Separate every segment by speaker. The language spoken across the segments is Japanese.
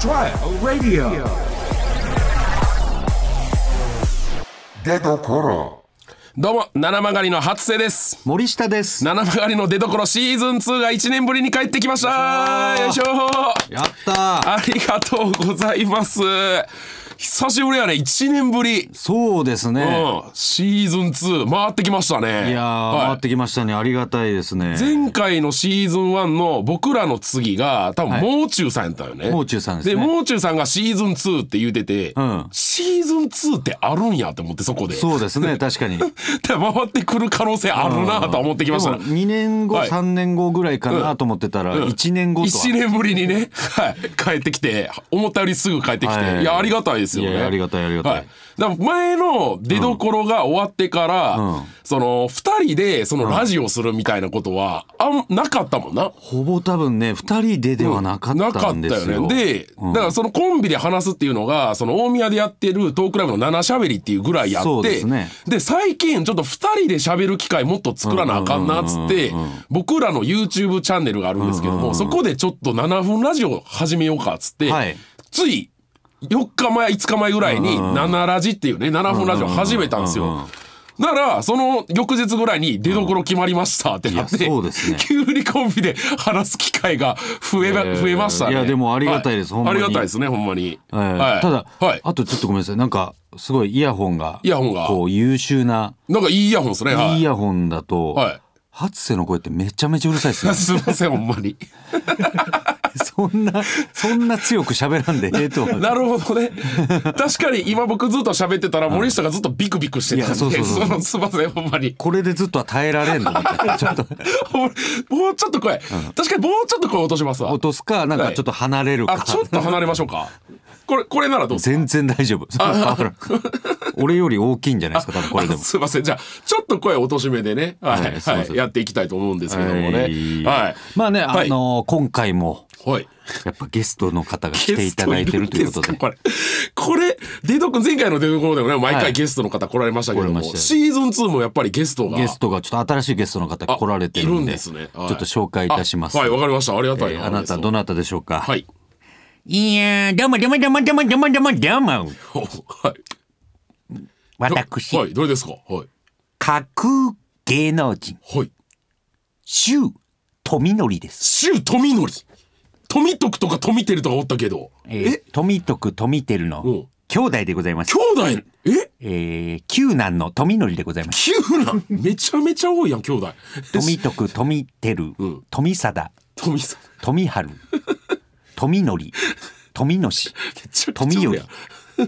Speaker 1: trial radio 出どころ
Speaker 2: どうも七曲りの初瀬です
Speaker 3: 森下です。
Speaker 2: 七曲りの出所シーズン2が1年ぶりに帰ってきましたよいしょ
Speaker 3: やったー。
Speaker 2: ありがとうございます久しぶりやね1年ぶり、
Speaker 3: そうですね。
Speaker 2: うん、シーズン2回ってきましたね
Speaker 3: いやー、
Speaker 2: はい
Speaker 3: 回ってきましたね。ありがたいですね。
Speaker 2: 前回のシーズン1の僕らの次が多分
Speaker 3: はい
Speaker 2: もう中さんやったよね、
Speaker 3: もう中さんです
Speaker 2: で
Speaker 3: ね
Speaker 2: もう中さんがシーズン2って言うてて、
Speaker 3: ん
Speaker 2: シーズン2ってあるんやと思ってそこで
Speaker 3: そうですね。確かに。
Speaker 2: 回ってくる可能性あるなとは思ってきましたね
Speaker 3: でも2年後、
Speaker 2: はい
Speaker 3: 3年後ぐらいかなと思ってたら、
Speaker 2: うん
Speaker 3: 1年後とは。
Speaker 2: 1年ぶりにね、はい、帰ってきて思ったよりすぐ帰ってきて、
Speaker 3: はい
Speaker 2: い、やありがたいですよ
Speaker 3: い
Speaker 2: ね
Speaker 3: やありがたいありがたい
Speaker 2: だから前の出所が終わってから、
Speaker 3: うん
Speaker 2: その2人でそのラジオするみたいなことはあんなかったもんな
Speaker 3: ほぼ多分ね、2人でではなかったんです
Speaker 2: な
Speaker 3: よ。
Speaker 2: かったよねで、だからそのコンビで話すっていうのがその大宮でやってるトークライブの七しゃべりっていうぐらいやって
Speaker 3: そうですね
Speaker 2: で最近ちょっと2人で喋る機会もっと作らなあかんなっつって僕らの YouTube チャンネルがあるんですけども、そこでちょっと7分ラジオ始めようかっつって、
Speaker 3: はい
Speaker 2: つい4日前5日前ぐらいに「7ラジ」っていうね7分ラジオ始めたんです
Speaker 3: うんうんうん
Speaker 2: よ。ならその翌日ぐらいに出所決まりましたってなって、
Speaker 3: いやそうですね
Speaker 2: 急にコンビで話す機会が増えば、
Speaker 3: えー
Speaker 2: 増えましたね。
Speaker 3: いやでもありがたいです
Speaker 2: は
Speaker 3: ほんまに
Speaker 2: ありがたいですね、ほんまに。
Speaker 3: えーただ、
Speaker 2: はい。
Speaker 3: あとちょっとごめんなさい。なんか、すごいイヤホンが、
Speaker 2: イヤホンが
Speaker 3: こう優秀な、
Speaker 2: なんかいいイヤホンですね。はい
Speaker 3: いイ
Speaker 2: い。
Speaker 3: ヤホンだと、
Speaker 2: はい。
Speaker 3: 初瀬の声ってめちゃめちゃうるさいです ね
Speaker 2: すいません、ほんまに。
Speaker 3: そんな、そんな強く喋らんでええと思う。
Speaker 2: なるほどね。確かに今僕ずっと喋ってたら、森下がずっとビクビクしてたんで、
Speaker 3: いやそうそうそう
Speaker 2: のすいません、ほんまに。
Speaker 3: これでずっとは耐えられんのみたいなちょっと
Speaker 2: ほんもうちょっと声、確かにもうちょっと声落としますわ。
Speaker 3: 落とすかなんかちょっと離れるか、
Speaker 2: あ、ちょっと離れましょうか。これ、これならどうですか
Speaker 3: 全然大丈夫そんな変わらん俺より大きいんじゃないですか多分これでも
Speaker 2: あすいません。じゃあ、ちょっと声落とし目でね、はい、
Speaker 3: はいすいません
Speaker 2: はいやっていきたいと思うんですけどもね。はい。
Speaker 3: まあね、
Speaker 2: はい
Speaker 3: あのー今回も
Speaker 2: はい。
Speaker 3: やっぱゲストの方が来ていただいてるということで
Speaker 2: ゲストいるんですかこれ、これ、デド君、前回のデド君でもね、毎
Speaker 3: は
Speaker 2: 回
Speaker 3: い
Speaker 2: ゲストの方来られましたけど
Speaker 3: 来ら
Speaker 2: も、
Speaker 3: れましたよ
Speaker 2: シーズン2もやっぱりゲストが。
Speaker 3: ゲストがちょっと新しいゲストの方来られてるんで
Speaker 2: いるんですねはい
Speaker 3: ちょっと紹介いたします
Speaker 2: あはい、わかりました。ありが
Speaker 3: え
Speaker 2: たい
Speaker 3: ーあなたど
Speaker 2: な。
Speaker 3: なたでしょうか、
Speaker 2: はい。
Speaker 3: いやーどうもどうもどうもどうもどうもどうもどうも
Speaker 2: おはい。
Speaker 3: 私、
Speaker 2: はい、どれですかはい。
Speaker 3: 架空芸能人
Speaker 2: はい。
Speaker 3: 周富則です
Speaker 2: 周富則。富徳とか富てるとかおったけど。
Speaker 3: えー、富徳富輝の
Speaker 2: うん
Speaker 3: 兄弟でございます。
Speaker 2: 兄弟、え
Speaker 3: えー、九男の富則でございます。
Speaker 2: 急な。めちゃめちゃ多いやん、兄弟。
Speaker 3: 富徳富輝、
Speaker 2: うん
Speaker 3: 富貞、
Speaker 2: 富さん。
Speaker 3: 富春、富則、富のし、
Speaker 2: めちゃくちゃ多
Speaker 3: 富
Speaker 2: いやん
Speaker 3: 頼、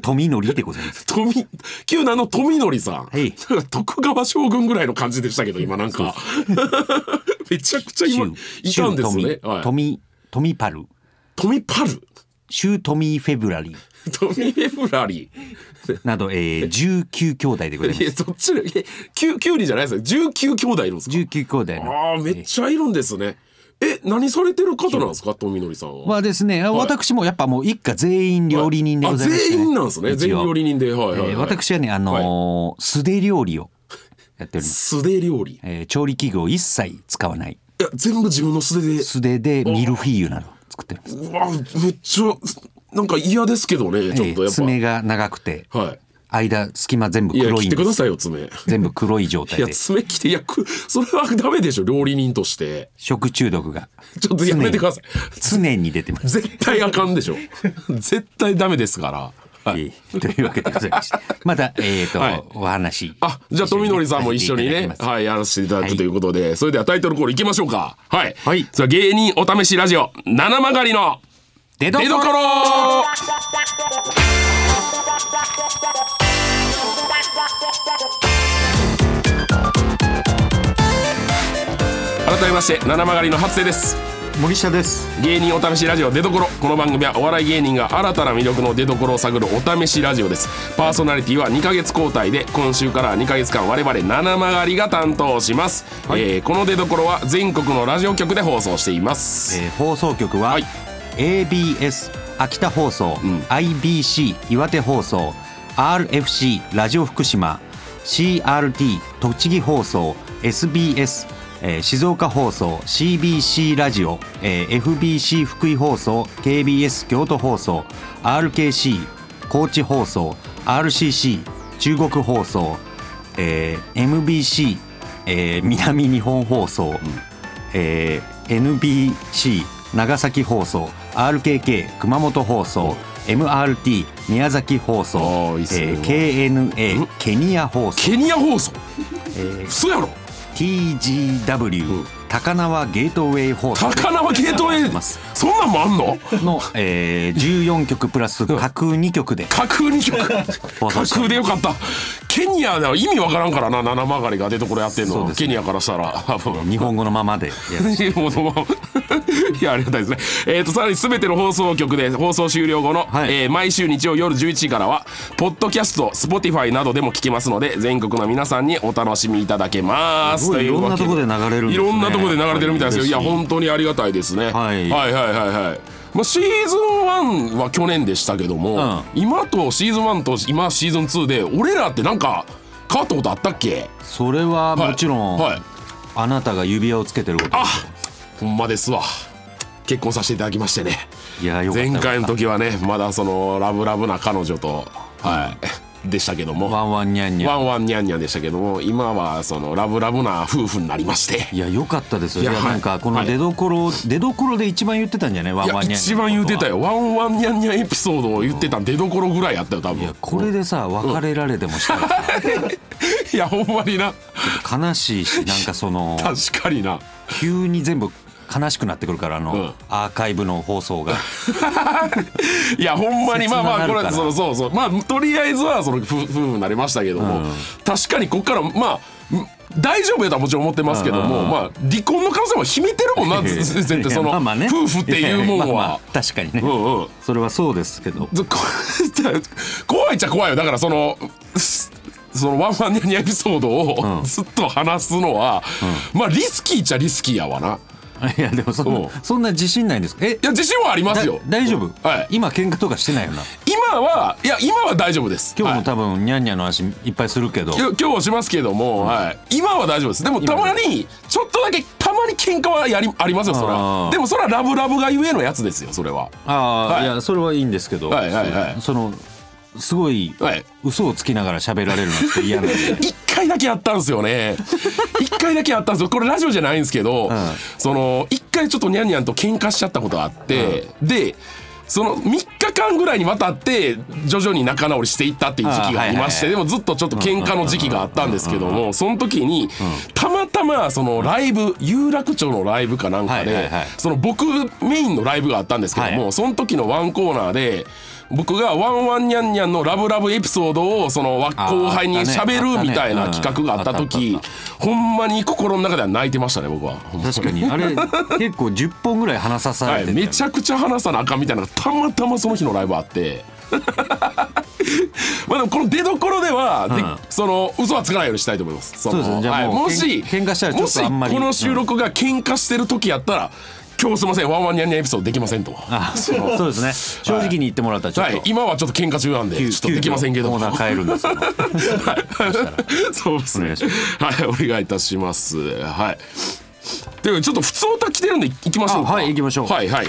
Speaker 3: 富則でございます。
Speaker 2: 富、旧名の富則さん。
Speaker 3: い
Speaker 2: なんか 徳川将軍ぐらいの感じでしたけど、今なんか。 めちゃくちゃ今、いたんですね。富、
Speaker 3: 富、富、富パル、
Speaker 2: 富パル。
Speaker 3: 周富フェブラリー
Speaker 2: 富フェブラリー。
Speaker 3: など、えー、19兄弟でござ
Speaker 2: い
Speaker 3: います。
Speaker 2: や、どっちの、いや、九、九人じゃないですね。十九兄弟いるんですか
Speaker 3: 19兄弟の。
Speaker 2: ああ、めっちゃいるんですね。え、何されてる方なんですか、富則さんは。
Speaker 3: はですね、あ私もやっぱもう一家全員料理人でございま
Speaker 2: あ
Speaker 3: す、
Speaker 2: 全員なんですね。全員料理人で。はいはい、はい
Speaker 3: えー私はね、あのー素手料理をやっております。
Speaker 2: 素手料理。い
Speaker 3: えー調理器具を一切使わない。
Speaker 2: や、全部自分の素手で。
Speaker 3: 素手でミルフィーユなどを作ってます。
Speaker 2: うわ、めっちゃ、なんか嫌ですけどね、ちょっと
Speaker 3: え
Speaker 2: や
Speaker 3: ー
Speaker 2: っぱ。
Speaker 3: 爪が長くて、
Speaker 2: はい。
Speaker 3: 間、隙間全部
Speaker 2: いや、
Speaker 3: 黒
Speaker 2: 切
Speaker 3: い
Speaker 2: っ
Speaker 3: ん
Speaker 2: てく
Speaker 3: で
Speaker 2: だ
Speaker 3: す。
Speaker 2: さいよ、爪。
Speaker 3: 全部黒い状態
Speaker 2: いや、
Speaker 3: で、
Speaker 2: 爪切って、いや、く それはダメでしょ、料理人として。
Speaker 3: 食中毒が
Speaker 2: ちょっとやめてください。
Speaker 3: 常に出てます。
Speaker 2: 絶対あかんでしょ。絶対ダメですから。はい。
Speaker 3: えーというわけでござい まして、また、えっ、と、
Speaker 2: はい
Speaker 3: お話。
Speaker 2: あ、じゃあ、富則さんも一緒に
Speaker 3: させて
Speaker 2: ね
Speaker 3: いただ、きます
Speaker 2: はい、やらせていただ
Speaker 3: は
Speaker 2: く
Speaker 3: い
Speaker 2: ということで、それではタイトルコールいきましょうか。はい。
Speaker 3: はい
Speaker 2: さあ、芸人お試しラジオ、七曲りの
Speaker 3: 出ど
Speaker 2: 出所改めまして、七曲りの初瀬です。
Speaker 3: 森下です。
Speaker 2: 芸人お試しラジオ出所この番組はお笑い芸人が新たな魅力の出所を探るお試しラジオですパーソナリティは2ヶ月交代で今週から2ヶ月間我々七曲りが担当します、
Speaker 3: はい
Speaker 2: えーこの出所は全国のラジオ局で放送しています、
Speaker 3: えー放送局は、
Speaker 2: はい
Speaker 3: ABS 秋田放送、
Speaker 2: ん
Speaker 3: IBC 岩手放送 RFC ラジオ福島 CRT 栃木放送 SBS えー静岡放送 CBC ラジオ、えー FBC 福井放送 KBS 京都放送 RKC 高知放送 RCC 中国放送、えー MBC、えー南日本放送、えー NBC 長崎放送 RKK 熊本放送 MRT 宮崎放送
Speaker 2: あーいいっすね
Speaker 3: えー KNA ケニア放送
Speaker 2: ケニア放送嘘やろ
Speaker 3: TGW 高輪ゲートウェイ放送
Speaker 2: 高輪ゲートウェイ
Speaker 3: ます
Speaker 2: そんなんもあんの
Speaker 3: の、えー、14曲プラス架空2曲で
Speaker 2: 架空2曲
Speaker 3: 放送
Speaker 2: 架
Speaker 3: して
Speaker 2: 空でよかったケニアでは意味わからんからな七曲がりが出ところやってん
Speaker 3: そう
Speaker 2: の、
Speaker 3: ですね
Speaker 2: ケニアから したら多分
Speaker 3: 日本語のま までやる
Speaker 2: いやもうどうも いやありがたいですね。えっ、とさらにすべての放送局で放送終了後の、
Speaker 3: はい
Speaker 2: えー毎週日曜夜11時からはポッドキャスト、Spotify などでも聞きますので全国の皆さんにお楽しみいただけます。
Speaker 3: すごい
Speaker 2: とうわけ
Speaker 3: いろんなとこで流れるんですね
Speaker 2: いろんなとこで流れてるみたいですよ。いや
Speaker 3: 嬉しい
Speaker 2: 本当にありがたいですね。
Speaker 3: はい
Speaker 2: はいはいはいはいまあ、シーズン1は去年でしたけども、今とシーズン1と今シーズン2で俺らってなんか変わったことあったっけ
Speaker 3: それはもちろん、
Speaker 2: はいはい
Speaker 3: あなたが指輪をつけてること
Speaker 2: あほんまですわ結婚させていただきましてね
Speaker 3: いやよかった
Speaker 2: 前回の時はねまだそのラブラブな彼女とはいでしたけど
Speaker 3: ワ
Speaker 2: も
Speaker 3: ンワンニャンニ
Speaker 2: ワ
Speaker 3: ャン
Speaker 2: ンワンニャンニャンでしたけども今はそのラブラブな夫婦になりまして
Speaker 3: いや良かったですよ
Speaker 2: い
Speaker 3: い
Speaker 2: や
Speaker 3: や
Speaker 2: はい
Speaker 3: なんかこの
Speaker 2: はい
Speaker 3: 出所、出所で一番言ってたんじゃないワ
Speaker 2: い
Speaker 3: ン
Speaker 2: や
Speaker 3: ワンニャンニャン
Speaker 2: 一番言うてた
Speaker 3: よ
Speaker 2: よワンワンニャンニャンエピソードを言ってた出どころぐらいやったよ多
Speaker 3: いや
Speaker 2: 分
Speaker 3: これでさ別れられてもしたらさ
Speaker 2: いやほんまにな
Speaker 3: 悲しいしなんかその
Speaker 2: 確かにな
Speaker 3: 急に全部悲しくなってくるからあの、
Speaker 2: うん
Speaker 3: アーカイブの放送が
Speaker 2: いやほんまに
Speaker 3: 切
Speaker 2: まあ
Speaker 3: な
Speaker 2: まあ
Speaker 3: なる
Speaker 2: こ
Speaker 3: か
Speaker 2: れ
Speaker 3: ら
Speaker 2: そのそうそうまあとりあえずはその夫夫婦になりましたけども、確かにこっからまあん大丈夫やとはもちろん思ってますけども、まあ離婚の可能性も秘めてるもんな
Speaker 3: いやいや
Speaker 2: 絶対その
Speaker 3: まあまあね
Speaker 2: 夫婦っていうも
Speaker 3: いやいや
Speaker 2: ん
Speaker 3: まあま
Speaker 2: は
Speaker 3: あ。確かにね、
Speaker 2: うんうん
Speaker 3: それはそうですけど
Speaker 2: ずこ怖いっちゃ怖いよだからそのすそのワンワンニャンニャンエピソードをずっと話すのは、まあリスキーっちゃリスキーやわな。
Speaker 3: いやでもそん
Speaker 2: うん
Speaker 3: なそんな自信ないんですかえ
Speaker 2: いや自信はありま
Speaker 3: だ
Speaker 2: すよ。
Speaker 3: 大丈夫、
Speaker 2: はい
Speaker 3: 今喧嘩とかしてないよな
Speaker 2: 今はいや今は大丈夫です。
Speaker 3: 今日
Speaker 2: はい
Speaker 3: も多分ニャンニャンの話いっぱいするけど、
Speaker 2: 今日今日はしますけども、はい、今は大丈夫ですでもたまにちょっとだけたまに喧嘩はやりありますよそれは
Speaker 3: あー
Speaker 2: でもそれはラブラブがゆえのやつですよそれは
Speaker 3: ああ、
Speaker 2: はい
Speaker 3: い、やそれはいいんですけど、
Speaker 2: はいはいはい
Speaker 3: そのすごい、
Speaker 2: はい
Speaker 3: 嘘をつきながら喋られるのって 嫌なんで
Speaker 2: 一回だけやったんですよね一回だけやったんですよこれラジオじゃないんですけど、
Speaker 3: ん
Speaker 2: その一回ちょっとニャンニャンと喧嘩しちゃったことがあって、でその3日間ぐらいにわたって徐々に仲直りしていったっていう時期がありまして
Speaker 3: あーはいはいは
Speaker 2: で
Speaker 3: い
Speaker 2: もずっとちょっと喧嘩の時期があったんですけどもその時にたまたまそのライブ有楽町のライブかなんか
Speaker 3: はい
Speaker 2: で
Speaker 3: はいはい
Speaker 2: その僕メインのライブがあったんですけど
Speaker 3: は
Speaker 2: もその時のワンコーナーで僕が「ワンワンニャンニャン」のラブラブエピソードをそのわ
Speaker 3: あー
Speaker 2: 後輩に喋
Speaker 3: あった
Speaker 2: る
Speaker 3: ね
Speaker 2: みたいな企画があった時
Speaker 3: うんあったあったあっ
Speaker 2: ほんまに心の中では泣いてましたね僕は。
Speaker 3: 確かにあれ結構10本ぐらい話ささ
Speaker 2: は
Speaker 3: れて
Speaker 2: い、
Speaker 3: て、
Speaker 2: めちゃくちゃ話さなあかんみたいなのがたまたまその日のライブあって まあでもこの出どころでは、で
Speaker 3: うん
Speaker 2: その嘘はつかないようにしたいと思いますその
Speaker 3: そうですねじゃあ
Speaker 2: はい
Speaker 3: もう
Speaker 2: もし
Speaker 3: けん喧嘩したらちょっとあんまり
Speaker 2: もしこの収録が喧嘩してる時やったら「今日すいませんワンワンニャンニャンエピソードできません」と。
Speaker 3: あそうですね正直に言ってもらったらちょっ
Speaker 2: は
Speaker 3: と、
Speaker 2: い、今はちょっと喧嘩中なんでちょっとできませんけど
Speaker 3: 急
Speaker 2: も
Speaker 3: 遽コーナー変えるん ですよ
Speaker 2: そうです
Speaker 3: お願
Speaker 2: ね
Speaker 3: いしま。
Speaker 2: はい、お願いいたします。はい。ではちょっと普通歌来てるんで行きましょうか。
Speaker 3: あはい行きましょう
Speaker 2: はいはい。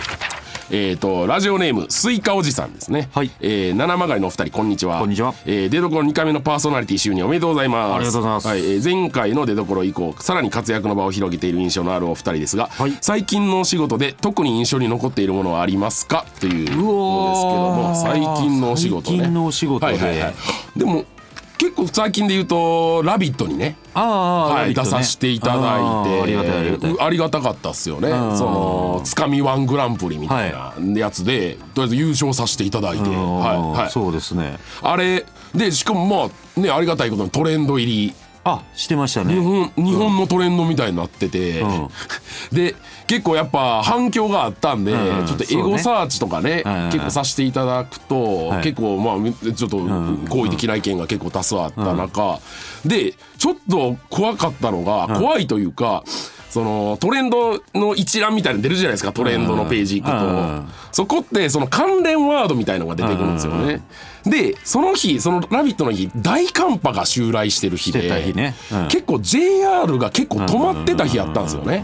Speaker 2: えー、とラジオネームスイカおじさんですね、
Speaker 3: はい
Speaker 2: えー七曲りのお二人こんにちは
Speaker 3: こんにちは
Speaker 2: えー出どころ2回目のパーソナリティ就任おめでとうございます
Speaker 3: ありがとうございます
Speaker 2: はいえー前回の出どころ以降さらに活躍の場を広げている印象のあるお二人ですが、
Speaker 3: はい
Speaker 2: 最近のお仕事で特に印象に残っているものはありますかという
Speaker 3: う
Speaker 2: の
Speaker 3: おー
Speaker 2: ですけども最近のお仕事ね
Speaker 3: 最近のお仕事で
Speaker 2: はいはいはい、でも結構最近で言うと「ラビット!」にね
Speaker 3: ああ、
Speaker 2: はい、
Speaker 3: ラビット
Speaker 2: 出さ
Speaker 3: ね
Speaker 2: せていただいて
Speaker 3: あーありがたいありがたい
Speaker 2: ありがたかったっすよね
Speaker 3: ん
Speaker 2: そのつかみワングランプリみたいなやつで、とりあえず優勝させていただいて、はい
Speaker 3: うん
Speaker 2: はい、
Speaker 3: そうですね
Speaker 2: あれでしかもまあねありがたいことにトレンド入り
Speaker 3: あしてました
Speaker 2: 日
Speaker 3: ね
Speaker 2: 本日本のトレンドみたいになってて、
Speaker 3: ん
Speaker 2: で結構やっぱ反響があったんで、
Speaker 3: うん
Speaker 2: ちょっとエゴサーチとかね
Speaker 3: そうね
Speaker 2: 結構させていただくと、
Speaker 3: はい
Speaker 2: 結構まあちょっと好意的な意見が結構多数あった中、でちょっと怖かったのが、怖いというか。そそのトレンドの一覧みたいなの出るじゃないですかトレンドのページ行く
Speaker 3: う
Speaker 2: と
Speaker 3: ん
Speaker 2: そこってその関連ワードみたいのが出てくるんですよねでその日その「ラビット!」の日大寒波が襲来してる日
Speaker 3: してた
Speaker 2: で
Speaker 3: 日ねうん
Speaker 2: 結構 JR が結構止まってた日やったんですよね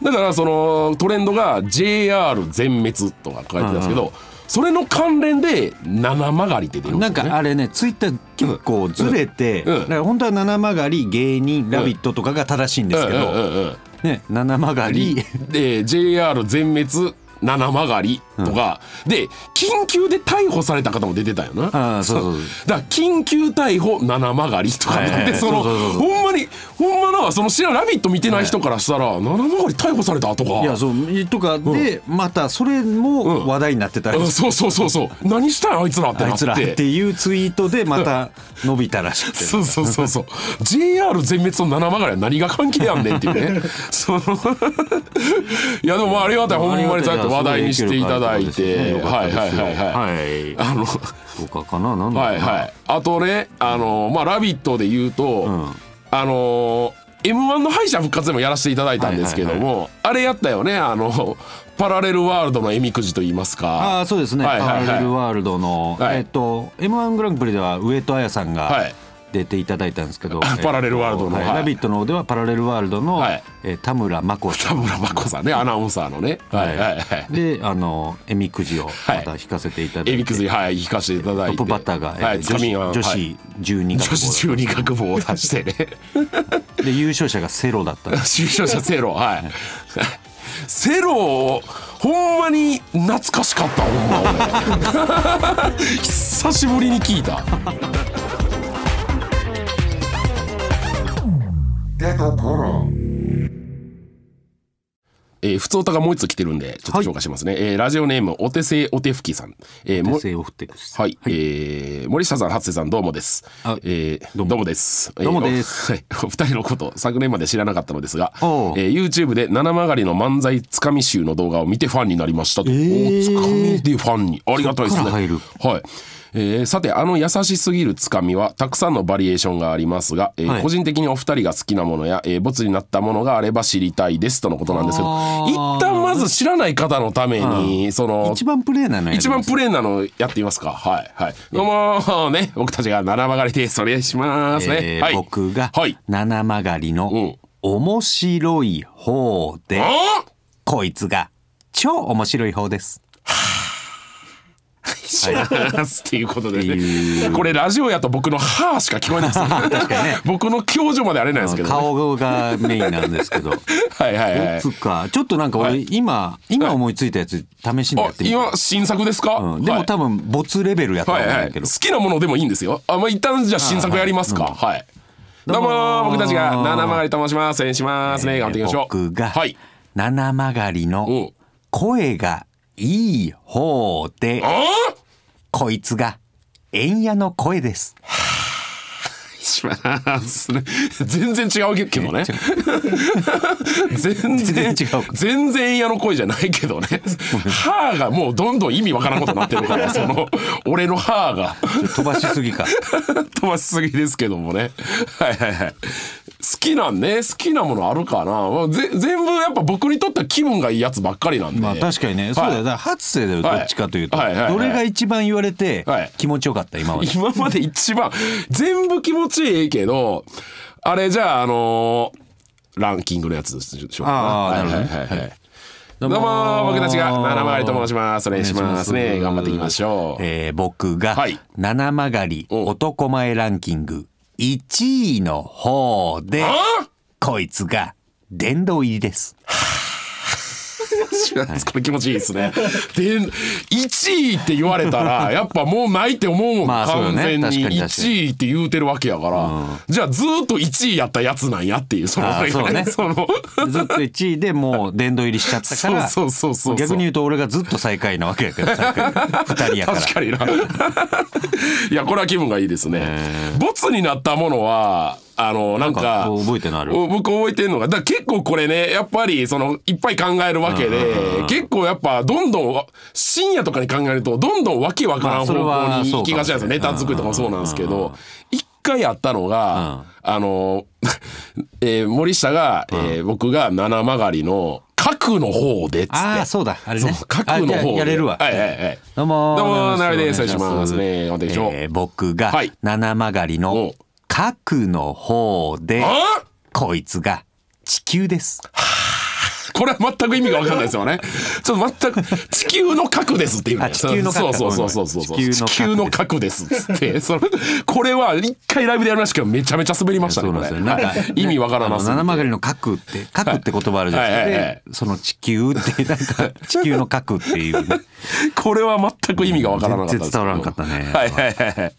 Speaker 2: だからそのトレンドが JR 全滅とか書いてたんですけどそれの関連で七曲がりって出るんです
Speaker 3: なん
Speaker 2: よね
Speaker 3: かあれねツイッター結構ずれて、
Speaker 2: うんうん
Speaker 3: だから本当は七曲がり芸人ラビットとかが正しいんですけど、
Speaker 2: うんうんうんうん
Speaker 3: ね七曲がり
Speaker 2: で JR 全滅七曲がりとか、で緊急で逮捕された方も出てたよなだか
Speaker 3: ああそうそうそう
Speaker 2: ら緊急逮捕七曲がりとか
Speaker 3: はいはいはい
Speaker 2: でその
Speaker 3: そうそうそうそう
Speaker 2: ほんまにほんまなその知らんラビット!」見てない人からしたら「七曲がり逮捕された」とか
Speaker 3: いやそうとかで、またそれも話題になってたら
Speaker 2: うん
Speaker 3: しい、
Speaker 2: そうそうそうそう何したんあいつらって
Speaker 3: あ
Speaker 2: ないって
Speaker 3: つらっていうツイートでまた伸びたらしくて
Speaker 2: そうそうそうそう JR 全滅と七曲がりは何が関係あんねんっていうねそのいやでもまあありがたいほんまにそうやって話題にしていただいてはいはいはい はい
Speaker 3: い
Speaker 2: あの
Speaker 3: とかかななんだろうな
Speaker 2: はいはいあとねあのまあ「ラビット!」で言うと、
Speaker 3: ん
Speaker 2: あの m 1の敗者復活でもやらせていただいたんですけども、
Speaker 3: はいは
Speaker 2: あれやったよねあのパラレルワールドのえみくじと言いますか
Speaker 3: ああそうですね、
Speaker 2: はいはいはい
Speaker 3: パラレルワールドの、
Speaker 2: はい
Speaker 3: えっと m 1グランプリでは上戸彩さん
Speaker 2: は
Speaker 3: が
Speaker 2: い
Speaker 3: 出ていただいたんですけど、
Speaker 2: あ
Speaker 3: えっと
Speaker 2: パラレルワールドの
Speaker 3: はい
Speaker 2: はい
Speaker 3: ラビット!」の方ではパラレルワールドの、
Speaker 2: はい
Speaker 3: えー田村真子さ
Speaker 2: 田
Speaker 3: ん
Speaker 2: 村真子さんねアナウンサーのねはいはいはい
Speaker 3: であのえみくじを
Speaker 2: は
Speaker 3: ま
Speaker 2: い
Speaker 3: た引かせていただいて、
Speaker 2: えみくじはい引かせていただい
Speaker 3: トッ
Speaker 2: て
Speaker 3: プバッターが、えー
Speaker 2: はいつか
Speaker 3: 女
Speaker 2: み
Speaker 3: 子
Speaker 2: は
Speaker 3: 女
Speaker 2: はい
Speaker 3: 子12
Speaker 2: 女
Speaker 3: 学
Speaker 2: 子中二学部を出してね
Speaker 3: 校で優勝者がセロだったんです
Speaker 2: 就職者セロはいセロをほんまに懐かしかったほんま俺久しぶりに聞い た
Speaker 1: 出どころ
Speaker 2: えー、普通歌がもう一つ来てるんでちょっと紹介しますね、えーラジオネームお手製お手拭きさん、えー、も
Speaker 3: 女性を振ってくし
Speaker 2: はい、えー森下さん、初瀬さん、どうもです。
Speaker 3: あ
Speaker 2: えーど
Speaker 3: どうも
Speaker 2: うもです。
Speaker 3: どうもです
Speaker 2: えー。おはいお 二人のこと、昨年まで知らなかったのですが、え
Speaker 3: おう
Speaker 2: ー、YouTube で七曲りの漫才つかみ集の動画を見てファンになりましたと。
Speaker 3: えー
Speaker 2: おつかみでファンに。ありがたいですね。
Speaker 3: そっから入る
Speaker 2: はい。えーさてあの優しすぎるつかみはたくさんのバリエーションがありますが、えー
Speaker 3: はい
Speaker 2: 個人的にお二人が好きなものや、えー、ボツになったものがあれば知りたいですとのことなんですけど
Speaker 3: あー
Speaker 2: 一旦まず知らない方のために、その
Speaker 3: 一番プレーなのやり
Speaker 2: 一番
Speaker 3: ます
Speaker 2: プレーンなのやってみますか。はいはい。どうもね、僕たちが七曲がりです。お願いしますね。
Speaker 3: えー
Speaker 2: はい。
Speaker 3: 僕が
Speaker 2: はい。
Speaker 3: 七曲がりの面白い方で、
Speaker 2: あ
Speaker 3: こいつが超面白い方です。
Speaker 2: ー っていうことで
Speaker 3: ってい
Speaker 2: ね。これラジオやと僕の歯しか聞こえない ですね僕の表情まであれないですけどね。
Speaker 3: 顔がメインなんですけど。
Speaker 2: はいはいはい
Speaker 3: そ。っか、ちょっとなんか俺今、今思いついたやつ試しにや
Speaker 2: あ
Speaker 3: ってみ
Speaker 2: 今
Speaker 3: て。
Speaker 2: 新作ですか。
Speaker 3: うんで
Speaker 2: は
Speaker 3: も
Speaker 2: い
Speaker 3: 多分没レベルやと
Speaker 2: は
Speaker 3: 思う
Speaker 2: い
Speaker 3: ん
Speaker 2: は
Speaker 3: だ
Speaker 2: い。
Speaker 3: け
Speaker 2: 好
Speaker 3: ど。
Speaker 2: きなものでもいいんですよ。あ、まあ、一旦じゃあ新作やりますか。はい。どうもー僕たちが七曲りと申します。失礼しますね。頑張っていきましょう。
Speaker 3: 僕が
Speaker 2: はい。
Speaker 3: 七曲がり
Speaker 2: うん
Speaker 3: の声がいい方で、
Speaker 2: あー
Speaker 3: こいつが円屋の声です。
Speaker 2: しますね。全然違うけどね。全然
Speaker 3: 全然違う
Speaker 2: 全然嫌の声じゃないけどね。歯がもうどんどん意味わからんことになってる から、その、俺の歯が
Speaker 3: 飛ばしすぎか。
Speaker 2: 飛ばしすぎですけどもね。はいはいはい。好きなんね、好きなものあるかな。まあぜ全部やっぱ僕にとっては気分がいいやつばっかりなんで。
Speaker 3: まあ確かにね、そうだよ。だから初世だよ、ど
Speaker 2: はい
Speaker 3: っちかというと。
Speaker 2: はいはいはい
Speaker 3: どれが一番言われて
Speaker 2: はい
Speaker 3: 気持ちよかった、今ま で。
Speaker 2: 今まで一番全部気持ちいいけどあれじゃああのーランキングのやつでしょうか
Speaker 3: あー
Speaker 2: はい
Speaker 3: なるほどね
Speaker 2: はいはいはいど
Speaker 3: ど
Speaker 2: う
Speaker 3: うも
Speaker 2: も
Speaker 3: ー
Speaker 2: ー僕たちが七曲りと申しますお願いしますね頑張っていきましょう、
Speaker 3: えー僕が
Speaker 2: はい
Speaker 3: 七曲がり
Speaker 2: うん
Speaker 3: 男前ランキング1位の方で、
Speaker 2: あ
Speaker 3: こいつが殿堂入りです。
Speaker 2: ーこれ気持ちいいですね。で、1位って言われた ら、やっぱもうないって思うもん、
Speaker 3: まあそうよ
Speaker 2: 完
Speaker 3: ね
Speaker 2: 全に。
Speaker 3: 確かに確かに
Speaker 2: 1位って言うてるわけやから、じゃあずーっと1位やったやつなんやっていう、その、
Speaker 3: あーそう ね
Speaker 2: その、
Speaker 3: ずっと1位でもう殿堂入りしちゃったか ら、
Speaker 2: そうそうそうそうそう
Speaker 3: 逆に言うと俺がずっと最下位なわけやけど、最下位二人やから。
Speaker 2: 確かに ないやこれは気分がいいですねボツになったものはあのなんか
Speaker 3: なんか覚えてんのある
Speaker 2: お僕覚えてるのがだから結構これねやっぱりそのいっぱい考えるわけで結構やっぱどんどん深夜とかに考えるとどんどんわけわから
Speaker 3: ま
Speaker 2: ん
Speaker 3: あ
Speaker 2: 方
Speaker 3: それ
Speaker 2: 向
Speaker 3: は
Speaker 2: に行きがちなんですよ、
Speaker 3: そうかもしれない
Speaker 2: ネタ作りとかもそうなんですけど一回あったのが、あの えー森下が、えー僕が七曲りの角の方でっつって
Speaker 3: ああ、そうだ。あれね。
Speaker 2: そう角の
Speaker 3: あ
Speaker 2: 方
Speaker 3: ややれるわ。
Speaker 2: はいはいはい
Speaker 3: どうもー。
Speaker 2: どうもー
Speaker 3: よろ
Speaker 2: なるで
Speaker 3: く
Speaker 2: す
Speaker 3: お願
Speaker 2: お願いしますねお願いします
Speaker 3: えー僕が
Speaker 2: はい
Speaker 3: 七曲がり
Speaker 2: お
Speaker 3: の
Speaker 2: う
Speaker 3: 角の方で、
Speaker 2: あ
Speaker 3: こいつが地球です。
Speaker 2: これは全く意味が分かんないですよね。ちょっと全く地球の核ですっていう
Speaker 3: あ地球の核
Speaker 2: そうそうそうそうそう
Speaker 3: ごめんごめん
Speaker 2: 地球の核ですっつってそれこれは一回ライブでやりましたけどめちゃめちゃ滑りましたね。これ
Speaker 3: なんか、
Speaker 2: はい意味わからな
Speaker 3: あの
Speaker 2: すぎて
Speaker 3: 七曲がりの角って角って言葉あるじゃないですか。
Speaker 2: はいはいはい
Speaker 3: でその地球ってなんか地球の角っていうね。
Speaker 2: これは全 く意味がわからなかったです
Speaker 3: 全然伝わらんかったね
Speaker 2: はいはいはいはい。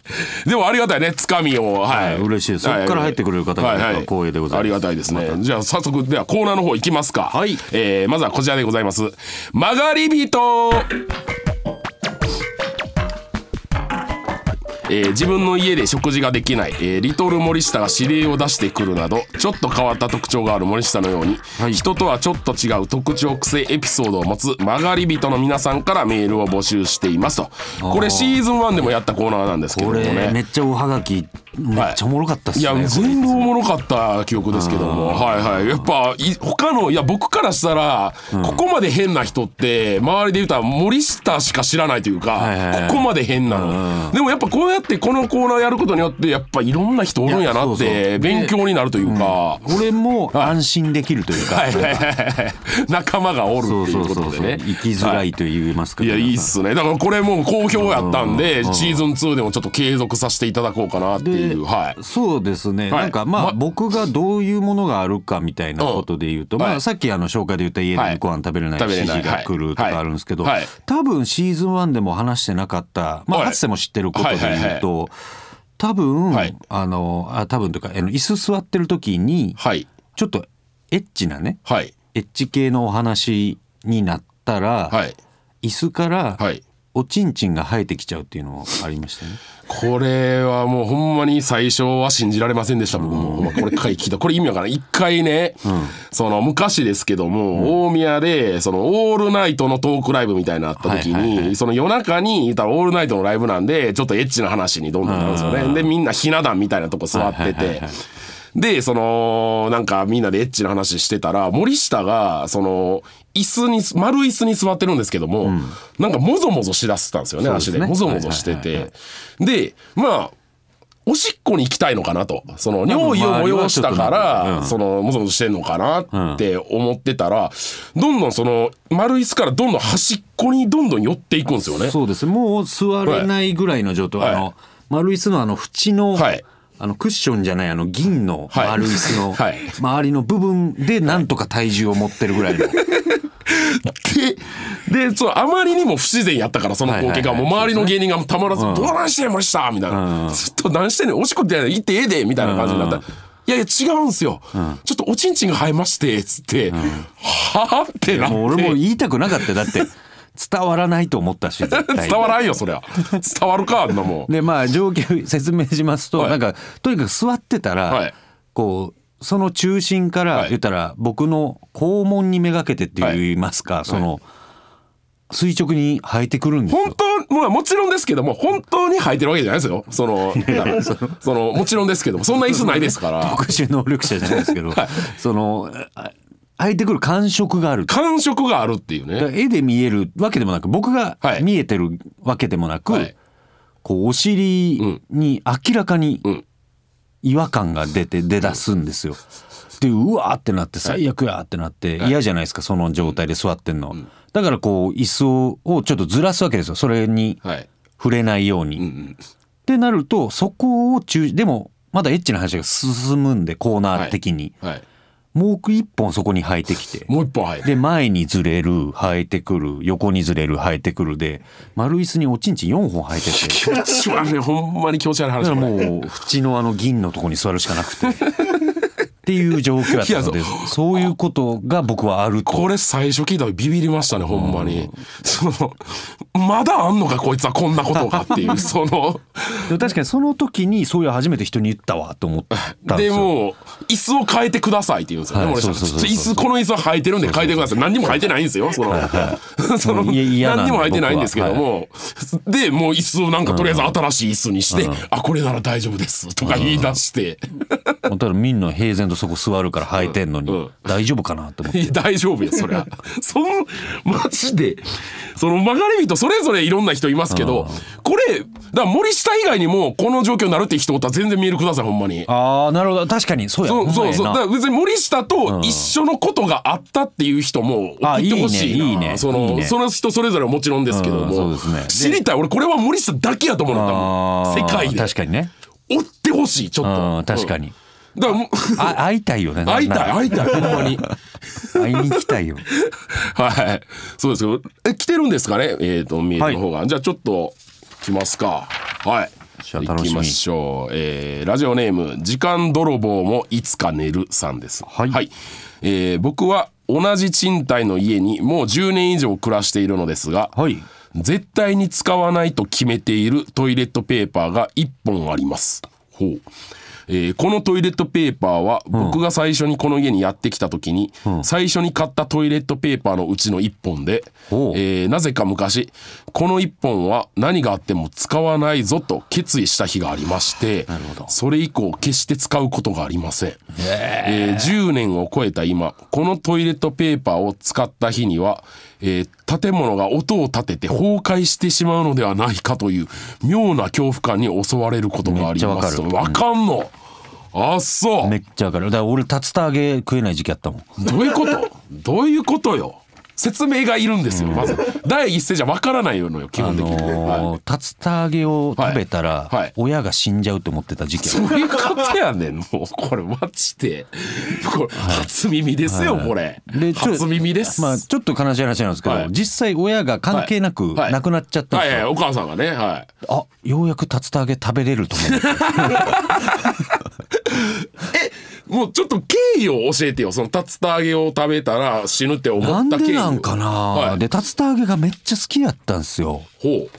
Speaker 2: でもありがたいね、つかみを。はい。
Speaker 3: はい嬉しいですそっから入ってくれる方が
Speaker 2: はいはい
Speaker 3: やっぱ光栄でございます
Speaker 2: ありがたいですね。じゃあ早速、ではコーナーの方行きますか。
Speaker 3: はい
Speaker 2: えーまずはこちらでございます。曲がり人えー自分の家で食事ができない、えーリトル森下が指令を出してくるなどちょっと変わった特徴がある森下のように、
Speaker 3: はい
Speaker 2: 人とはちょっと違う特徴癖エピソードを持つ曲がり人の皆さんからメールを募集していますとこれシーズン1でもやったコーナーなんですけど
Speaker 3: こ
Speaker 2: も
Speaker 3: れめ
Speaker 2: ね
Speaker 3: っちゃおはがきめっちゃおもろかったっす
Speaker 2: い
Speaker 3: ね。
Speaker 2: や全部おもろかった記憶ですけどもはいはいやっぱい他のいや僕からしたら、ここまで変な人って周りで言うたら森下しか知らないというか、
Speaker 3: はいはいはい
Speaker 2: ここまで変なの、でもやっぱこうやってこのコーナーやることによってやっぱいろんな人おるんや
Speaker 3: いや
Speaker 2: な
Speaker 3: そう
Speaker 2: っ
Speaker 3: そう
Speaker 2: て
Speaker 3: で
Speaker 2: 勉強になるというか。
Speaker 3: 俺も安心できるというか。
Speaker 2: はいはいはい 仲間がおるって
Speaker 3: そう
Speaker 2: い
Speaker 3: そうう
Speaker 2: こ
Speaker 3: そう
Speaker 2: と
Speaker 3: そ
Speaker 2: で
Speaker 3: う。
Speaker 2: ね。
Speaker 3: 生きづらいと言いますか
Speaker 2: いや、いいっすね。だからこれもう好評やったんで、
Speaker 3: うん
Speaker 2: シーズン2でもちょっと継続させていただこうかなっていう。はい。
Speaker 3: そうですね、
Speaker 2: はい
Speaker 3: なんかまあ
Speaker 2: ま
Speaker 3: 僕がどういうものがあるかみたいなことで言うと、
Speaker 2: うんはい
Speaker 3: まあさっきあの紹介で言った家
Speaker 2: は
Speaker 3: で
Speaker 2: い
Speaker 3: ご飯食べれない
Speaker 2: 食べれ
Speaker 3: 指
Speaker 2: ない
Speaker 3: 示が来ると
Speaker 2: はい
Speaker 3: かあるんですけど、
Speaker 2: はい
Speaker 3: 多分シーズン1でも話してなかったまあ
Speaker 2: はい
Speaker 3: 初瀬も知ってることで言うと、多分、
Speaker 2: はい
Speaker 3: あのあ多分というかあの椅子座ってる時に
Speaker 2: はい。
Speaker 3: ちょっとエッチなね
Speaker 2: はい。
Speaker 3: エッチ系のお話になったら、
Speaker 2: はい。
Speaker 3: 椅子から
Speaker 2: はい。
Speaker 3: おちんちんが生えてきちゃうっていうのもありましたね。
Speaker 2: これはもうほんまに最初は信じられませんでした僕も、ほんまこれ一回聞いたこれ意味わからん一回ね、その昔ですけども、大宮でそのオールナイトのトークライブみたいなのあった時に、
Speaker 3: はいはいは
Speaker 2: その夜中に言ったらオールナイトのライブなんでちょっとエッチな話にどんどんなるんですよ
Speaker 3: う
Speaker 2: ね
Speaker 3: ん
Speaker 2: でみんなひな壇みたいなとこ座ってて、
Speaker 3: はいはいはいはい
Speaker 2: でそのなんかみんなでエッチな話してたら森下がその椅子に丸椅子に座ってるんですけども、なんかもぞもぞしだしたんですよね
Speaker 3: そうです
Speaker 2: 足
Speaker 3: ね
Speaker 2: でもぞもぞして
Speaker 3: はいはいは
Speaker 2: てでまあおしっこに行きたいのかなとその
Speaker 3: 分
Speaker 2: 尿意を催したか
Speaker 3: 周りはちょっとねう
Speaker 2: ら
Speaker 3: ん
Speaker 2: そのもぞもぞしてんのかなって思ってたらどんどんその丸椅子からどんどん端っこにどんどん寄っていくんですよね。
Speaker 3: そうですもう座れないぐらいの状態、
Speaker 2: はい
Speaker 3: あの丸椅子のあの縁の、
Speaker 2: はい
Speaker 3: あのクッションじゃないあの銀の
Speaker 2: はい
Speaker 3: 丸椅子 の
Speaker 2: はい
Speaker 3: 周りの部分でなんとか体重を持ってるぐらいの、
Speaker 2: で、で、そう、あまりにも不自然やったから、その光景が、
Speaker 3: はいはいはい
Speaker 2: もう周りの芸人がたまらず、どうなんしてんのしたみたいな。ずっと何してんねん、おしっこって行ってええで、みたいな感じになったら。いやいや、違うんすよ。ちょっとおちんちんが生えまして、つって、はぁってなって。
Speaker 3: もう俺も言いたくなかったよだって伝わらないと思ったし絶対
Speaker 2: 伝わらんよ、そりゃ。伝わるか、あんな もん。
Speaker 3: でまあ状況説明しますと、
Speaker 2: はい
Speaker 3: なんかとにかく座ってたら、
Speaker 2: はい
Speaker 3: こうその中心から、
Speaker 2: はい
Speaker 3: 言ったら僕の肛門にめがけてって言いますか、その、垂直に生えてくるんですよ。
Speaker 2: 本当、まあもちろんですけども、本当に生えてるわけじゃないですよ。その、その、もちろんですけども、そんな椅子ないですから。
Speaker 3: 特殊能力者じゃないですけど、そのあ入ってくる感触があるだか
Speaker 2: 感触があるっていう
Speaker 3: ら
Speaker 2: ね。
Speaker 3: 絵で見えるわけでもなく僕が
Speaker 2: はい
Speaker 3: 見えてるわけでもなく、
Speaker 2: はい
Speaker 3: こうお尻に明らかに
Speaker 2: うん
Speaker 3: 違和感が出て出だすんですよ。でうわーってなって最悪やってなって嫌じゃないですかその状態で座ってんの。だからこう椅子ををちょっとずらすわけですよそれに
Speaker 2: はい。
Speaker 3: 触れないよう
Speaker 2: うんう
Speaker 3: に。
Speaker 2: ん。
Speaker 3: ってなるとそこを中でもまだエッチな話が進むんでコーナー的に。
Speaker 2: はい。
Speaker 3: もう一本そこに生えてきて。
Speaker 2: もう一本生えてる
Speaker 3: で、前にずれる、生えてくる、横にずれる、生えてくるで、丸椅子におちんちん4本生えてて、
Speaker 2: 気持ち悪 いほんまに気持ち悪い
Speaker 3: だ
Speaker 2: 話
Speaker 3: から
Speaker 2: これ
Speaker 3: もう、縁のあの銀のとこに座るしかなくて。っていう状況やったの
Speaker 2: い
Speaker 3: で
Speaker 2: やそ、
Speaker 3: そういうことが僕はあると。
Speaker 2: これ最初聞いた時ビビりましたねほんまに、そのまだあんのかこいつはこんなことがっていう その
Speaker 3: でも確かにその時にそういう初めて人に言ったわと思ったんです
Speaker 2: で
Speaker 3: よ
Speaker 2: も椅子を変えてくださいって言うんですよね、
Speaker 3: はい
Speaker 2: 森下さん
Speaker 3: そうそうそうそう
Speaker 2: ちょっと椅子この椅子は変えてるんで変えてください何にも変えてないんですよそのその
Speaker 3: もういや嫌なん
Speaker 2: 何に
Speaker 3: で
Speaker 2: も変えてないんですけども、でもう椅子をなんかとりあえず新しい椅子にして、あこれなら大丈夫ですとか言い出して、
Speaker 3: もうただみんな平然とそこ座るから生えてんのに、
Speaker 2: うんうん
Speaker 3: 大丈夫かなって思っ
Speaker 2: い
Speaker 3: て
Speaker 2: や大丈夫よそりゃそのマジでその曲がり人それぞれいろんな人いますけどこれだから森下以外にもこの状況になるって人おったら全然見えるくださいほんまに。
Speaker 3: ああなるほど確かにそうや
Speaker 2: そう
Speaker 3: ほんま
Speaker 2: そう
Speaker 3: や
Speaker 2: そうだ
Speaker 3: な
Speaker 2: から別に森下と一緒のことがあったっていう人も送
Speaker 3: あ
Speaker 2: ってほしいな、
Speaker 3: いいねいいね
Speaker 2: その
Speaker 3: いいね
Speaker 2: その人それぞれはもちろんですけども、
Speaker 3: うんそうです
Speaker 2: 知りたい俺これは森下だけやと思うんだ
Speaker 3: あ
Speaker 2: もん
Speaker 3: ー
Speaker 2: 世界で
Speaker 3: 確かにね
Speaker 2: 追ってほしいちょっ
Speaker 3: う
Speaker 2: と
Speaker 3: ん確かに、
Speaker 2: だからもう
Speaker 3: あ会いたいよねな
Speaker 2: 会いた
Speaker 3: ない
Speaker 2: 会いたいほんまに。
Speaker 3: 会いに行きたいよ
Speaker 2: はい。そうですけど、え、来てるんですかねえっ、と、見えの方が。じゃあちょっと、来ますか。はい。
Speaker 3: じゃあ楽
Speaker 2: 行
Speaker 3: しみ
Speaker 2: きましょう。えーラジオネーム、時間泥棒もいつか寝るさんです。
Speaker 3: はい
Speaker 2: えー僕は同じ賃貸の家にもう10年以上暮らしているのですが、
Speaker 3: はい
Speaker 2: 絶対に使わないと決めているトイレットペーパーが1本あります。ほう。えーこのトイレットペーパーは僕が最初にこの家にやってきた時に、最初に買ったトイレットペーパーのうちの1本で、
Speaker 3: ほう
Speaker 2: えーなぜか昔この1本は何があっても使わないぞと決意した日がありましてそれ以降決して使うことがありません、えー10年を超えた今このトイレットペーパーを使った日には、えー建物が音を立てて崩壊してしまうのではないかという妙な恐怖感に襲われることがありますと
Speaker 3: めっち
Speaker 2: わかんの、あそう
Speaker 3: めっちゃわかるだから俺竜田揚げ食えない時期あったもん
Speaker 2: どういうことどういうことよ説明がいるんですよまず第一声じゃわからないのよ基
Speaker 3: あ
Speaker 2: 本的に、はい
Speaker 3: のー竜田揚げを食べたら、
Speaker 2: はいはい
Speaker 3: 親が死んじゃうと思ってた時期あ
Speaker 2: そ
Speaker 3: る
Speaker 2: ういうことやねんもうこれマジでこれ初耳ですよこれ
Speaker 3: でちょ
Speaker 2: 初耳です
Speaker 3: まあちょっと悲しい話なんですけど、
Speaker 2: はい
Speaker 3: 実際親が関係なく
Speaker 2: はい
Speaker 3: 亡くなっちゃったんで
Speaker 2: はい
Speaker 3: すよ
Speaker 2: はいお母さんがねはい
Speaker 3: あようやく竜田揚げ食べれると 思う
Speaker 2: もうちょっと経緯を教えてよその竜田揚げを食べたら死ぬって思
Speaker 3: な
Speaker 2: っ
Speaker 3: ん
Speaker 2: た経緯
Speaker 3: で
Speaker 2: を
Speaker 3: なんかな、
Speaker 2: はい
Speaker 3: で竜田揚げがめっちゃ好きやったんですよ
Speaker 2: ほう
Speaker 3: だか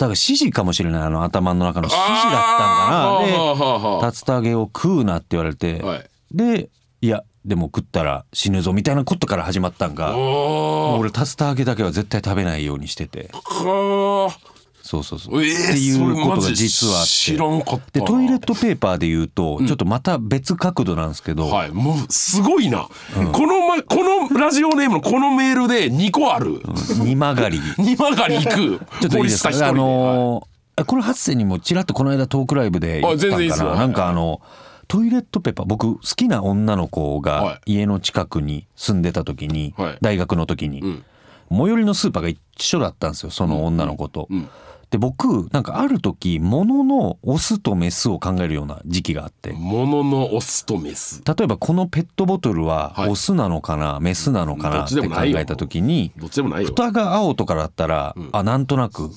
Speaker 3: ら指示かもしれないあの頭の中の指示だ
Speaker 2: あ
Speaker 3: ったん
Speaker 2: ーはあ
Speaker 3: か
Speaker 2: はあは
Speaker 3: なで竜田揚げを食うなって言われて、
Speaker 2: はい
Speaker 3: でいやでも食ったら死ぬぞみたいなことから始まったん
Speaker 2: あ
Speaker 3: が
Speaker 2: ー
Speaker 3: もう俺竜田揚げだけは絶対食べないようにしてて
Speaker 2: はあ
Speaker 3: そうそうそう、
Speaker 2: え
Speaker 3: っ
Speaker 2: ー
Speaker 3: てい
Speaker 2: そうれ
Speaker 3: こ
Speaker 2: マ
Speaker 3: と
Speaker 2: ジ
Speaker 3: が
Speaker 2: で
Speaker 3: 実はあ
Speaker 2: 知
Speaker 3: っ
Speaker 2: らんかってた
Speaker 3: で
Speaker 2: な
Speaker 3: トイレットペーパーで言うと、ちょっとまた別角度なんですけど、
Speaker 2: はい、もうすごいな、この、ま、このラジオネームのこのメールで2個ある、
Speaker 3: 二曲がり
Speaker 2: 二曲がり行く
Speaker 3: ちょっといいです
Speaker 2: 下一
Speaker 3: か。
Speaker 2: 人では
Speaker 3: あ
Speaker 2: い
Speaker 3: のー、これ八世にもちらっとこの間トークライブで言ったん
Speaker 2: あ全然いいっ
Speaker 3: か
Speaker 2: すよ
Speaker 3: な。
Speaker 2: はい
Speaker 3: なんかあのトイレットペーパー、僕好きな女の子
Speaker 2: は
Speaker 3: が家の近くに住んでた時に
Speaker 2: はい、
Speaker 3: 大学の時に
Speaker 2: ん、
Speaker 3: 最寄りのスーパーが一緒だったんですよ。その女の子と
Speaker 2: うんうん。
Speaker 3: で僕なんかある時もののオスとメスを考えるような時期があって。
Speaker 2: もののオスとメス
Speaker 3: 例えばこのペットボトルは
Speaker 2: はい
Speaker 3: オスなのかな、メスなのか
Speaker 2: ど
Speaker 3: な
Speaker 2: っ
Speaker 3: っ
Speaker 2: ち
Speaker 3: て
Speaker 2: で
Speaker 3: 考
Speaker 2: もないよ
Speaker 3: えた時に
Speaker 2: どっちでもないよ
Speaker 3: 蓋が青とかだったら、あなんとなく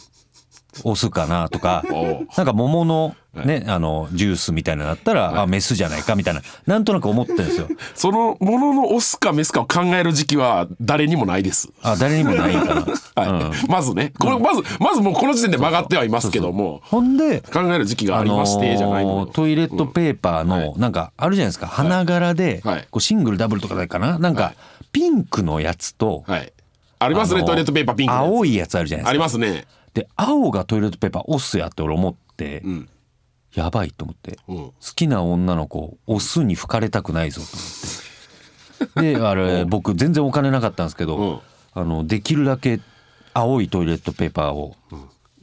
Speaker 3: 押すかなとか
Speaker 2: おう
Speaker 3: なんか桃のね、あのジュースみたいなのだったら、あメスじゃないかみたいななんとなく思ってるんですよ。
Speaker 2: そのもののオスかメスかを考える時期は誰にもないです
Speaker 3: あ誰にもないんかな。
Speaker 2: はい、まずねこれまずまずもうこの時点で曲がってはいますけども
Speaker 3: ほんで
Speaker 2: 考える時期がありまして、じゃないの
Speaker 3: ートイレットペーパー
Speaker 2: うん
Speaker 3: の、なんかあるじゃないですか花柄で、
Speaker 2: はい
Speaker 3: こうシングルダブルとかだかななんか、ピンクのやつと、
Speaker 2: はいありますね
Speaker 3: あの
Speaker 2: トイレットペーパーピンクのやつ
Speaker 3: 青いやつあるじゃないですか
Speaker 2: ありますね
Speaker 3: で青がトイレットペーパーオスやって俺思って、
Speaker 2: ん
Speaker 3: やばいと思って、
Speaker 2: うん
Speaker 3: 好きな女の子オスに吹かれたくないぞと思ってであ れ僕全然お金なかったんですけど、あのできるだけ青いトイレットペーパーを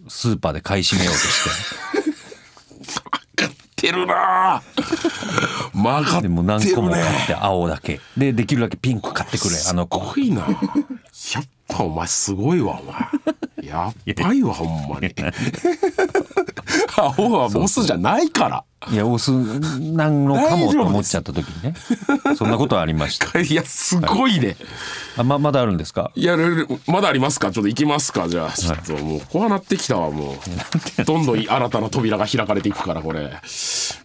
Speaker 3: スーパーで買い占めようとして、
Speaker 2: 買ってるなあ曲がって
Speaker 3: で
Speaker 2: る
Speaker 3: もう何個も買
Speaker 2: ね
Speaker 3: って青だけでできるだけピンク買ってくれあの
Speaker 2: す
Speaker 3: 子
Speaker 2: ごいな。やっぱお前すごいわ、お前。やっばいわ、ほんまに。 青はボスじゃないから。
Speaker 3: いやオスなんのかもと思っちゃった時にねそんなことはあり ました
Speaker 2: いや、すごいね。
Speaker 3: あままだあるんですか
Speaker 2: いや、まだありますかちょっと行きますかじゃあ、ちょっともう、こうなってきたわ、もう。どんどん新たな扉が開かれていくから、これ。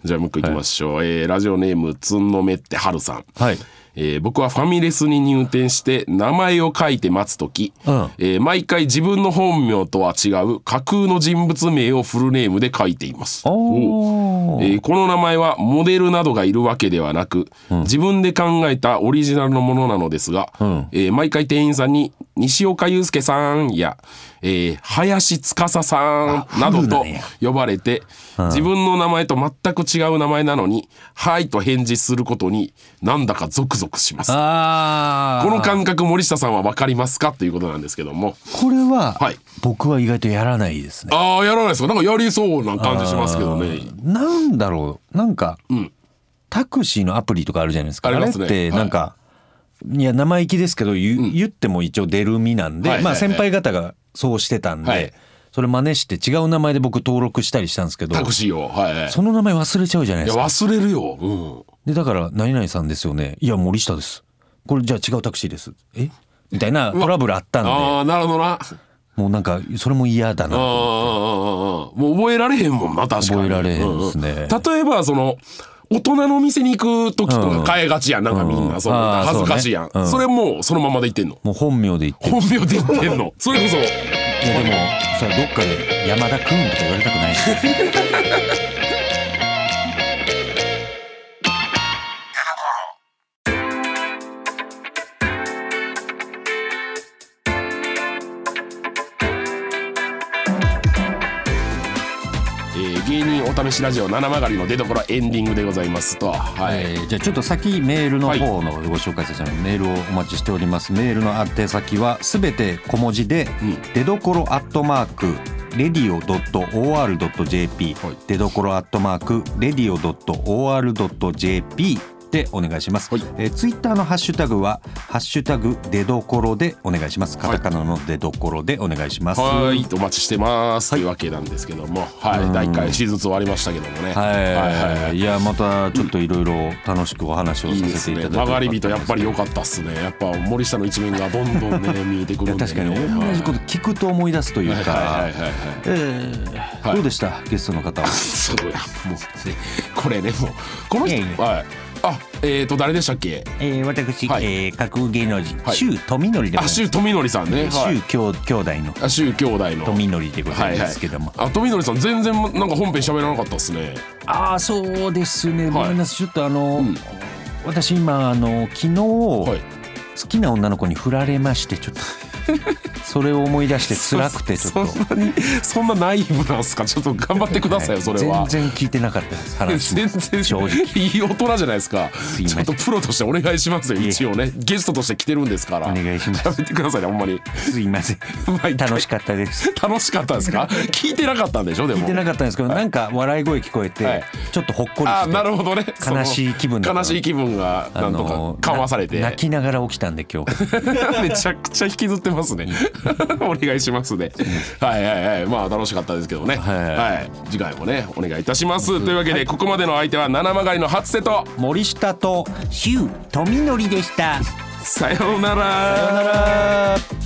Speaker 2: じゃあ、もう一個行きましょう。えーラジオネーム、つんのめってはるさん。
Speaker 3: はい
Speaker 2: えー僕はファミレスに入店して名前を書いて待つとき、
Speaker 3: うん
Speaker 2: えー毎回自分の本名とは違う架空の人物名をフルネームで書いています。
Speaker 3: おー
Speaker 2: えーこの名前はモデルなどがいるわけではなく、自分で考えたオリジナルのものなのですが、
Speaker 3: ん
Speaker 2: えー毎回店員さんに「西岡祐介さん」や「えー林司さん」など
Speaker 3: フル
Speaker 2: と
Speaker 3: なんや
Speaker 2: 呼ばれて、自分の名前と全く違う名前なのに「はい」と返事することになんだかゾクゾクします。
Speaker 3: あー
Speaker 2: この感覚森下さんは分かりますかということなんですけども
Speaker 3: これは、
Speaker 2: はい
Speaker 3: 僕は意外とやらないですね
Speaker 2: ああやらないですかなんかやりそうな感じしますけどね
Speaker 3: なんだろうなんか、
Speaker 2: ん
Speaker 3: タクシーのアプリとかあるじゃないですか
Speaker 2: ありますね
Speaker 3: れってなんか、い、や生意気ですけど言,、言っても一応出る身なんで、
Speaker 2: はい
Speaker 3: まあ、
Speaker 2: はいはい
Speaker 3: 先輩方がそうしてたんで、
Speaker 2: はい
Speaker 3: それ真似して違う名前で僕登録したりしたんですけど
Speaker 2: タクシーをはいはい
Speaker 3: その名前忘れちゃうじゃない
Speaker 2: い
Speaker 3: で
Speaker 2: や
Speaker 3: すか
Speaker 2: 忘れるようん
Speaker 3: でだから「何々さんですよねいや森下ですこれじゃあ違うタクシーですえみたいなトラブルあったんで
Speaker 2: ああなるほどな
Speaker 3: もうなんかそれも嫌だ
Speaker 2: ああ
Speaker 3: な
Speaker 2: ああああもう覚えられへんもんな確かに
Speaker 3: 覚えられへんですね
Speaker 2: うんうん例えばその大人の店に行く時とか変えがちやん、なんかみん
Speaker 3: うん
Speaker 2: なその
Speaker 3: ああ
Speaker 2: 恥ずかしいやん
Speaker 3: そうねうん
Speaker 2: それもうそのままで言って んの
Speaker 3: もう本名で言ってる
Speaker 2: 本名で言ってんのそれこそ
Speaker 3: いやでもさどっかで「山田くん」とか言われたくないです
Speaker 2: えー芸人お試しラジオ七曲りの出所エンディングでございますとはい、
Speaker 3: えーじゃあちょっと先メールの方のご紹介させてもらいますメールをお待ちしておりますメールの宛先はすべて小文字で、
Speaker 2: うん
Speaker 3: 出どころアットマークレディオ .or.jp、
Speaker 2: はい
Speaker 3: 出どころアットマークレディオ .or.jp でお願いします、
Speaker 2: はい
Speaker 3: えーツイッターのハッシュタグは「ハッシュタグ出どころ」でお願いしますカタカナの出どころでお願いします
Speaker 2: はい、お待ちしてます、というわけなんですけども、はい、第1回シーズン2終わりましたけどもね。
Speaker 3: はい、、
Speaker 2: はい
Speaker 3: やまたちょっといろいろ楽しくお話を
Speaker 2: いい
Speaker 3: さ
Speaker 2: で
Speaker 3: せ
Speaker 2: す
Speaker 3: ていただ
Speaker 2: ね。
Speaker 3: いて
Speaker 2: 曲がり人や
Speaker 3: よかったです
Speaker 2: っぱり良かったっすね。やっぱ森下の一面がどんどんね見えてく
Speaker 3: い
Speaker 2: る
Speaker 3: や
Speaker 2: んで、
Speaker 3: 確
Speaker 2: ね。
Speaker 3: かに同じこと聞くと思い出すという
Speaker 2: はいはいはい
Speaker 3: か
Speaker 2: はいはい。
Speaker 3: えー
Speaker 2: はい
Speaker 3: どうでしたゲストの方は
Speaker 2: そうやもうねこれねもうこの人
Speaker 3: いやいや
Speaker 2: はい。あえー、と誰でしたっけ？
Speaker 3: えー私
Speaker 2: はい
Speaker 3: えー架空芸能人
Speaker 2: はい
Speaker 3: 周富則でござい
Speaker 2: あ
Speaker 3: ます
Speaker 2: 周富則さんね。は
Speaker 3: 周
Speaker 2: い。
Speaker 3: 兄兄弟の
Speaker 2: あ周兄弟の。
Speaker 3: 富則でございますけども
Speaker 2: あ富則さん全然なんか本編喋らなかったっすね。
Speaker 3: ああそうですね
Speaker 2: はい
Speaker 3: ごめんなさいちょっとあの
Speaker 2: うん
Speaker 3: 私今あの昨日
Speaker 2: はい
Speaker 3: 好。きな女の子に振られましてちょっとそれを思い出して辛くてちょっと
Speaker 2: そそんなにそんなナイーブなんすかちょっと頑張ってくださいよそれは。
Speaker 3: 全然聞いてなかったです話も
Speaker 2: 全然
Speaker 3: 正直
Speaker 2: いい大人じゃないですか
Speaker 3: いませ
Speaker 2: ち
Speaker 3: ん
Speaker 2: ょっとプロとしてお願いしますよ
Speaker 3: いえ
Speaker 2: 一応ねゲストとして来てるんですから
Speaker 3: お願いします
Speaker 2: やめてくださいねほんまに
Speaker 3: すいません
Speaker 2: 毎回
Speaker 3: 楽しかったです
Speaker 2: 楽しかったですか聞いてなかったんでしょでも
Speaker 3: 聞いてなかったんですけど、なんか笑い声聞こえて、
Speaker 2: はい
Speaker 3: ちょっとほっこりして
Speaker 2: あなるほどねその
Speaker 3: 悲しい気分だった
Speaker 2: 悲しい気分がなんとか緩和されて
Speaker 3: な泣きながら起きたんで今日
Speaker 2: めちゃくちゃ引きずってますね お願いしますねはいはいはいまあ楽しかったですけどね
Speaker 3: はいはい
Speaker 2: はい次回もねお願いいたしますというわけでここまでの相手は七曲りの初瀬と
Speaker 3: 森下と
Speaker 4: シュウ富則でした
Speaker 2: さようなら
Speaker 3: さよなら